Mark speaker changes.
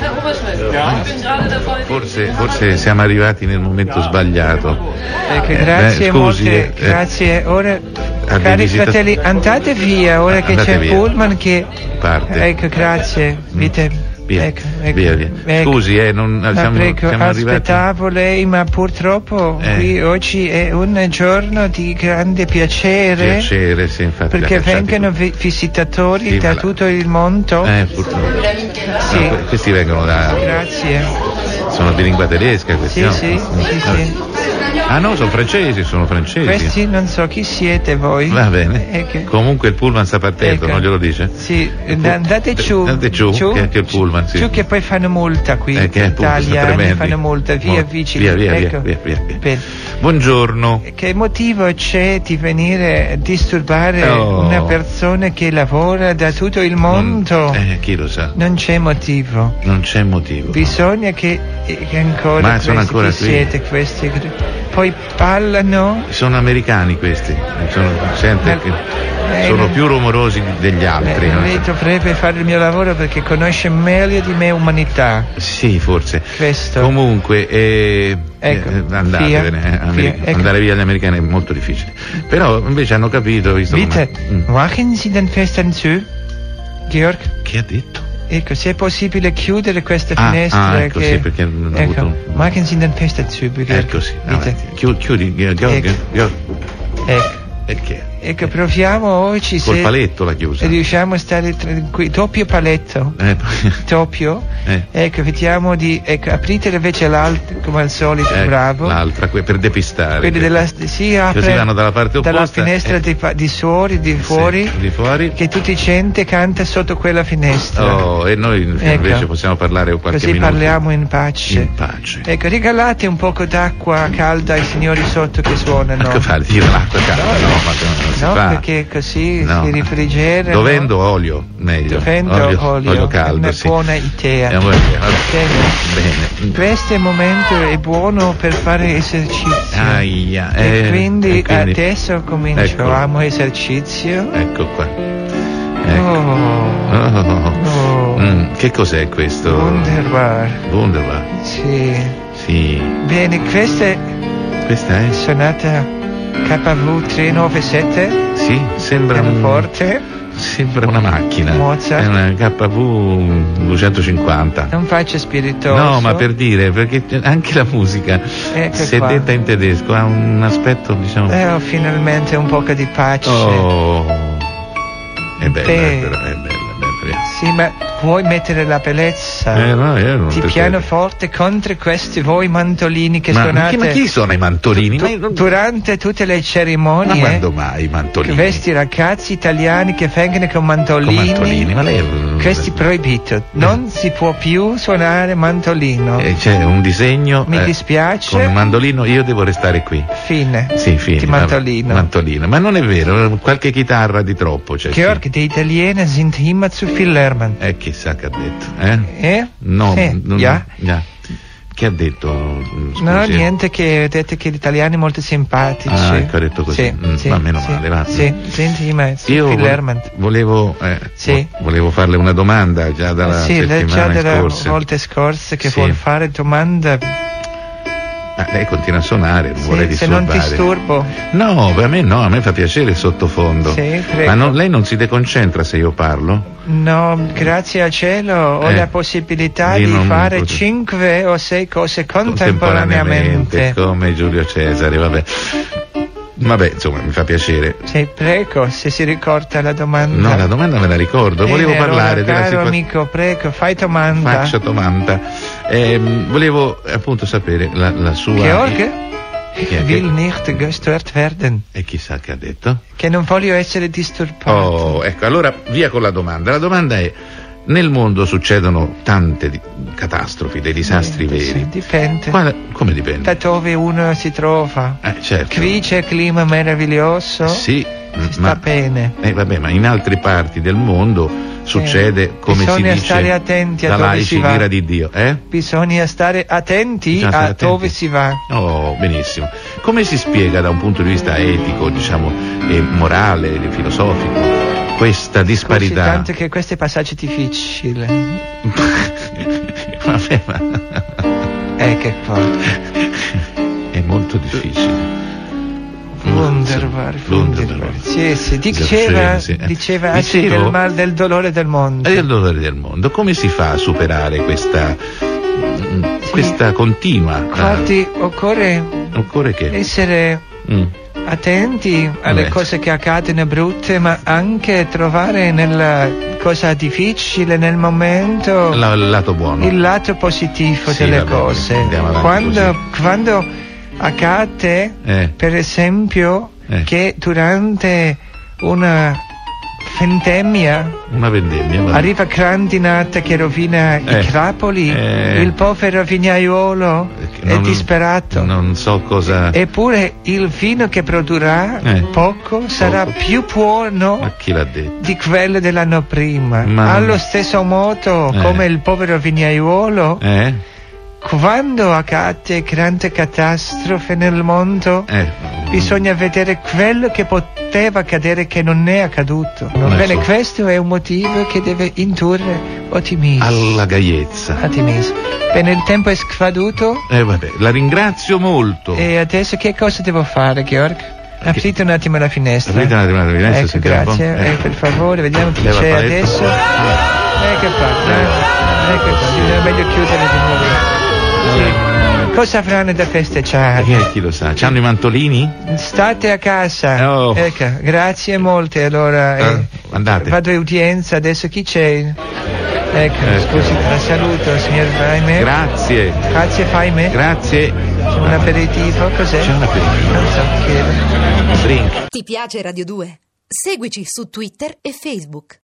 Speaker 1: Herr Oberschmeister,
Speaker 2: Ja?
Speaker 1: ich bin gerade davor.
Speaker 3: Forse, forse siamo arrivati nel momento sbagliato.
Speaker 2: Perché
Speaker 3: Eh,
Speaker 2: grazie
Speaker 3: beh, scusi,
Speaker 2: molte,
Speaker 3: eh,
Speaker 2: grazie. Ora, cari
Speaker 3: visita-
Speaker 2: fratelli, andate via, ora che
Speaker 3: Andate
Speaker 2: c'è il
Speaker 3: via.
Speaker 2: pullman che...
Speaker 3: Parte. Mm.
Speaker 2: Ecco, grazie. Vite.
Speaker 3: Via,
Speaker 2: ecco, ecco,
Speaker 3: via, via.
Speaker 2: ecco.
Speaker 3: Scusi, eh, non,
Speaker 2: Ma
Speaker 3: siamo,
Speaker 2: prego,
Speaker 3: siamo arrivati.
Speaker 2: aspettavo lei, ma purtroppo
Speaker 3: Eh.
Speaker 2: qui oggi è un giorno di grande piacere,
Speaker 3: Piacere, sì, infatti.
Speaker 2: perché
Speaker 3: la cacciate
Speaker 2: vengono
Speaker 3: tutti.
Speaker 2: vi- visitatori
Speaker 3: Sì,
Speaker 2: da
Speaker 3: ma la-
Speaker 2: tutto il mondo.
Speaker 3: Eh, purtroppo.
Speaker 2: Sì,
Speaker 3: No, que- questi vengono da.
Speaker 2: grazie.
Speaker 3: sono di lingua tedesca, questi
Speaker 2: Sì,
Speaker 3: no?
Speaker 2: sì, sì,
Speaker 3: Vabbè.
Speaker 2: sì.
Speaker 3: Ah no, sono francesi, sono francesi.
Speaker 2: Questi non so chi siete voi.
Speaker 3: Va bene.
Speaker 2: Eh, che-
Speaker 3: Comunque il pullman sta partendo,
Speaker 2: Ecco.
Speaker 3: non glielo dice?
Speaker 2: Sì, andate giù.
Speaker 3: Andate giù, che anche il pullman, sì.
Speaker 2: Giù che poi fanno multa qui.
Speaker 3: Eh, che
Speaker 2: gli
Speaker 3: appunto, sono
Speaker 2: italiani
Speaker 3: tremendi.
Speaker 2: fanno multa, via
Speaker 3: Molto.
Speaker 2: vicini.
Speaker 3: Via, via, via,
Speaker 2: ecco.
Speaker 3: via, via, via.
Speaker 2: Bene.
Speaker 3: Buongiorno.
Speaker 2: Che motivo c'è di venire a disturbare
Speaker 3: Oh.
Speaker 2: una persona che lavora da tutto il mondo?
Speaker 3: Non- eh, chi lo sa?
Speaker 2: Non c'è motivo.
Speaker 3: Non c'è motivo.
Speaker 2: Bisogna che, che ancora
Speaker 3: Ma sono
Speaker 2: questi
Speaker 3: ancora
Speaker 2: chi
Speaker 3: qui?
Speaker 2: siete questi. Poi parlano.
Speaker 3: Sono americani questi, sono, sente
Speaker 2: Ma-
Speaker 3: che
Speaker 2: eh,
Speaker 3: sono
Speaker 2: non-
Speaker 3: più rumorosi degli altri.
Speaker 2: Eh,
Speaker 3: non
Speaker 2: lei
Speaker 3: so.
Speaker 2: dovrebbe fare il mio lavoro perché conosce meglio di me umanità.
Speaker 3: Sì, forse.
Speaker 2: Questo.
Speaker 3: Comunque, eh,
Speaker 2: Ecco,
Speaker 3: eh, andatevene,
Speaker 2: via,
Speaker 3: eh, Ameri-
Speaker 2: via, ecco.
Speaker 3: andare via agli americani è molto difficile. Però invece hanno capito, visto
Speaker 2: Bitte,
Speaker 3: come- Mm.
Speaker 2: machen Sie den Fenster zu. Georg,
Speaker 3: Che ha detto?
Speaker 2: ecco, se è possibile chiudere queste
Speaker 3: Ah,
Speaker 2: finestre.
Speaker 3: ah, ecco,
Speaker 2: che...
Speaker 3: sì, perché non ho
Speaker 2: Ecco,
Speaker 3: avuto un-
Speaker 2: machen Sie den Fenster zu, Georg.
Speaker 3: Ecco sì,
Speaker 2: Bitte.
Speaker 3: avanti. Chiu- chiudi, eh, Gio-
Speaker 2: Ecco.
Speaker 3: Gio-
Speaker 2: Ecco.
Speaker 3: perché?
Speaker 2: Ecco, proviamo oggi
Speaker 3: Col
Speaker 2: se
Speaker 3: paletto l'ha chiusa.
Speaker 2: riusciamo a stare tranquilli. Doppio paletto.
Speaker 3: Eh,
Speaker 2: Doppio.
Speaker 3: Eh.
Speaker 2: Ecco, vediamo di... Ecco, aprite invece l'altro, come al solito,
Speaker 3: eh,
Speaker 2: bravo.
Speaker 3: L'altra, que- per depistare.
Speaker 2: Quelli della... Sì, apre...
Speaker 3: ecco. Così vanno dalla parte
Speaker 2: dalla
Speaker 3: opposta,
Speaker 2: finestra
Speaker 3: eh.
Speaker 2: di, pa- di suori, di
Speaker 3: Sì,
Speaker 2: fuori.
Speaker 3: di fuori.
Speaker 2: Che tutti gente canta sotto quella finestra.
Speaker 3: Oh, e noi invece
Speaker 2: Eh. Ecco.
Speaker 3: possiamo parlare qualche
Speaker 2: Così
Speaker 3: minuto.
Speaker 2: parliamo in pace.
Speaker 3: In pace.
Speaker 2: Ecco, regalate un poco d'acqua calda ai signori sotto che
Speaker 3: Ma
Speaker 2: suonano.
Speaker 3: che fare? Io Ecco, l'acqua calda, no, ma che non si
Speaker 2: No,
Speaker 3: fa.
Speaker 2: perché così si
Speaker 3: refrigera.
Speaker 2: refrigerano.
Speaker 3: Dovendo olio, meglio.
Speaker 2: Dovendo olio,
Speaker 3: olio caldo,
Speaker 2: è una
Speaker 3: sì.
Speaker 2: buona idea.
Speaker 3: È una buona idea, vabbè.
Speaker 2: Bene.
Speaker 3: Bene.
Speaker 2: Questo momento è buono per fare esercizio.
Speaker 3: Aia,
Speaker 2: e
Speaker 3: eh,
Speaker 2: quindi,
Speaker 3: e quindi-
Speaker 2: adesso cominciamo esercizio.
Speaker 3: Ecco qua. Ecco.
Speaker 2: Oh,
Speaker 3: Oh.
Speaker 2: Oh.
Speaker 3: Mm, che cos'è questo?
Speaker 2: wunderbar.
Speaker 3: Wunderbar.
Speaker 2: Sì.
Speaker 3: Sì.
Speaker 2: Bene, questa è
Speaker 3: Questa è?
Speaker 2: sonata KV397,
Speaker 3: Sì, sembra un-
Speaker 2: pianoforte.
Speaker 3: Sembra una macchina.
Speaker 2: Mozart.
Speaker 3: È una KV 250.
Speaker 2: Non faccio spiritoso.
Speaker 3: No, ma per dire, perché c- anche la musica,
Speaker 2: Ecco
Speaker 3: se
Speaker 2: qua.
Speaker 3: detta in tedesco, ha un aspetto, diciamo...
Speaker 2: Eh, ho finalmente un poco di pace.
Speaker 3: oh, è bella,
Speaker 2: Beh.
Speaker 3: è bella, è bella, è bella.
Speaker 2: Sì, ma vuoi mettere la bellezza
Speaker 3: Eh, no, io non
Speaker 2: di
Speaker 3: te-
Speaker 2: pianoforte contro questi voi mantolini che
Speaker 3: ma, ma
Speaker 2: suonate
Speaker 3: chi, ma chi sono i mantolini? Ma,
Speaker 2: eh? tu- eh?
Speaker 3: io non-
Speaker 2: durante tutte le
Speaker 3: ma
Speaker 2: cerimonie?
Speaker 3: quando mai i mantolini?
Speaker 2: Questi ragazzi italiani che vengono con mantolini,
Speaker 3: Con mantolini, ma lei-
Speaker 2: questo è proibito, non si può più suonare mantolino.
Speaker 3: Eh, c'è un disegno... eh,
Speaker 2: Mi dispiace.
Speaker 3: Con un mandolino, io devo restare qui.
Speaker 2: Fine.
Speaker 3: Sì, fine.
Speaker 2: Di
Speaker 3: vabbè,
Speaker 2: mantolino.
Speaker 3: Mantolino, ma non è vero, qualche chitarra di troppo c'è. sì.
Speaker 2: Georg, die Italiener sind immer zu viel Lärmen.
Speaker 3: Eh, chissà che ha detto, eh?
Speaker 2: Eh?
Speaker 3: No,
Speaker 2: Eh,
Speaker 3: non-
Speaker 2: ja?
Speaker 3: ja. Che ha detto? mm, Scusi.
Speaker 2: No, niente che detto che gli italiani molto simpatici.
Speaker 3: Ah, ecco, ha detto così.
Speaker 2: Sì,
Speaker 3: Mm,
Speaker 2: sì,
Speaker 3: va, meno
Speaker 2: sì,
Speaker 3: male, va.
Speaker 2: Sì, senti, ma sì,
Speaker 3: Io
Speaker 2: Phil
Speaker 3: vo-
Speaker 2: Herman.
Speaker 3: volevo, eh,
Speaker 2: Sì.
Speaker 3: vo- volevo farle una domanda già dalla
Speaker 2: Sì, lei già
Speaker 3: settimana
Speaker 2: delle
Speaker 3: scorsa.
Speaker 2: volte scorse che
Speaker 3: Sì.
Speaker 2: vuol fare domanda
Speaker 3: Ah, lei continua a suonare, non vorrei
Speaker 2: se non
Speaker 3: disturbare.
Speaker 2: disturbo.
Speaker 3: No, per me no, a me fa piacere il sottofondo.
Speaker 2: Sì, prego.
Speaker 3: Ma non- lei non si deconcentra se io parlo?
Speaker 2: No, grazie al cielo ho
Speaker 3: Eh,
Speaker 2: la possibilità
Speaker 3: io
Speaker 2: di
Speaker 3: non-
Speaker 2: fare 5 o 6 cose
Speaker 3: Contemporaneamente,
Speaker 2: contemporaneamente.
Speaker 3: come Giulio Cesare, vabbè. Vabbè, insomma, mi fa piacere.
Speaker 2: Sì, prego, se si ricorda la domanda.
Speaker 3: No, la domanda me la ricordo, volevo
Speaker 2: Bene, allora,
Speaker 3: parlare della
Speaker 2: caro
Speaker 3: situazione.
Speaker 2: amico, prego, fai domanda.
Speaker 3: Faccia domanda. Ehm, volevo appunto sapere la, la sua.
Speaker 2: Georg, ich
Speaker 3: Chi è che-
Speaker 2: will nicht gestört werden.
Speaker 3: E chissà che ha detto.
Speaker 2: Che non voglio essere disturbato.
Speaker 3: Oh, ecco, allora via con la domanda. La domanda è: Nel mondo succedono tante di- catastrofi, dei disastri
Speaker 2: Dipende, sì,
Speaker 3: veri.
Speaker 2: dipende.
Speaker 3: Quale- come
Speaker 2: Da
Speaker 3: dipende?
Speaker 2: dove uno si trova.
Speaker 3: Eh, certo.
Speaker 2: Qui c'è clima meraviglioso.
Speaker 3: Sì, mm,
Speaker 2: Si sta
Speaker 3: ma,
Speaker 2: bene.
Speaker 3: eh, vabbè, ma in altre parti del mondo succede come si
Speaker 2: Eh, bisogna
Speaker 3: dice
Speaker 2: stare attenti a
Speaker 3: da
Speaker 2: dove
Speaker 3: laici
Speaker 2: si va.
Speaker 3: l'ira di Dio, eh?
Speaker 2: Bisogna stare attenti
Speaker 3: Bisogna
Speaker 2: a
Speaker 3: stare attenti.
Speaker 2: dove si va.
Speaker 3: Oh, benissimo. Come si spiega da un punto di vista etico, diciamo, e morale, e filosofico, questa
Speaker 2: Così
Speaker 3: disparità?
Speaker 2: tanto che questo è passaggio difficile.
Speaker 3: Vabbè, ma
Speaker 2: Eh, che poi.
Speaker 3: è molto difficile.
Speaker 2: Wunderbar, wunderbar. Sì, sì, diceva,
Speaker 3: Sì, sì.
Speaker 2: diceva anzi
Speaker 3: Dicevo- Eh,
Speaker 2: del mal, del dolore del mondo.
Speaker 3: È il dolore del mondo. Come si fa a superare questa, mm, questa continua? ah,
Speaker 2: Infatti eh occorre
Speaker 3: occorre che.
Speaker 2: essere
Speaker 3: Mm.
Speaker 2: attenti alle
Speaker 3: Vabbè.
Speaker 2: cose che accadono brutte, ma anche trovare nella cosa difficile, nel momento,
Speaker 3: La- il lato buono.
Speaker 2: il lato positivo
Speaker 3: Sì,
Speaker 2: delle
Speaker 3: va bene,
Speaker 2: cose.
Speaker 3: andiamo avanti
Speaker 2: Quando, quando accade,
Speaker 3: Eh.
Speaker 2: per esempio,
Speaker 3: Eh.
Speaker 2: che durante una vendemmia
Speaker 3: Una vendemmia. va bene.
Speaker 2: Arriva grandinata che rovina
Speaker 3: Eh,
Speaker 2: i crapoli,
Speaker 3: eh.
Speaker 2: il povero vignaiolo
Speaker 3: Che
Speaker 2: è
Speaker 3: non-
Speaker 2: disperato.
Speaker 3: Non so cosa.
Speaker 2: Eppure il vino che produrrà
Speaker 3: Eh.
Speaker 2: poco sarà
Speaker 3: Poco.
Speaker 2: più buono
Speaker 3: Ma chi l'ha detto?
Speaker 2: di quello dell'anno prima.
Speaker 3: Ma-
Speaker 2: Allo stesso modo
Speaker 3: Eh.
Speaker 2: come il povero vignaiolo,
Speaker 3: Eh?
Speaker 2: quando accade grande catastrofe nel mondo,
Speaker 3: Eh.
Speaker 2: bisogna vedere quello che poteva accadere che non è accaduto.
Speaker 3: Non è
Speaker 2: Bene,
Speaker 3: so.
Speaker 2: questo è un motivo che deve indurre ottimismo.
Speaker 3: Alla gaiezza.
Speaker 2: Ottimismo. Bene, il tempo è scaduto
Speaker 3: Eh vabbè, la ringrazio molto.
Speaker 2: e adesso che cosa devo fare, Georg? Aprite un attimo la finestra.
Speaker 3: Aprite un attimo la finestra,
Speaker 2: Ecco,
Speaker 3: sentiamo un po'.
Speaker 2: grazie.
Speaker 3: Eh.
Speaker 2: Eh, per favore, vediamo chi
Speaker 3: Leva il
Speaker 2: c'è
Speaker 3: paletto.
Speaker 2: adesso. Eh, che fa? Eh, che fa? È meglio chiudere di nuovo. Sì. Cosa avranno da festeggiare?
Speaker 3: Eh, chi lo sa? C'hanno i mantolini?
Speaker 2: State a casa.
Speaker 3: Eh. Oh.
Speaker 2: Ecco, grazie molte. Allora, eh,
Speaker 3: Ah, andate.
Speaker 2: Vado in udienza, adesso chi c'è? Ecco,
Speaker 3: Ecco.
Speaker 2: scusi, la saluto, signor Faime.
Speaker 3: Grazie.
Speaker 2: grazie Faime.
Speaker 3: Grazie. Ah,
Speaker 2: un aperitivo, cos'è?
Speaker 3: C'è un aperitivo.
Speaker 2: Non so che...
Speaker 3: Un drink.
Speaker 4: Ti piace Radio 2? Seguici su Twitter e Facebook.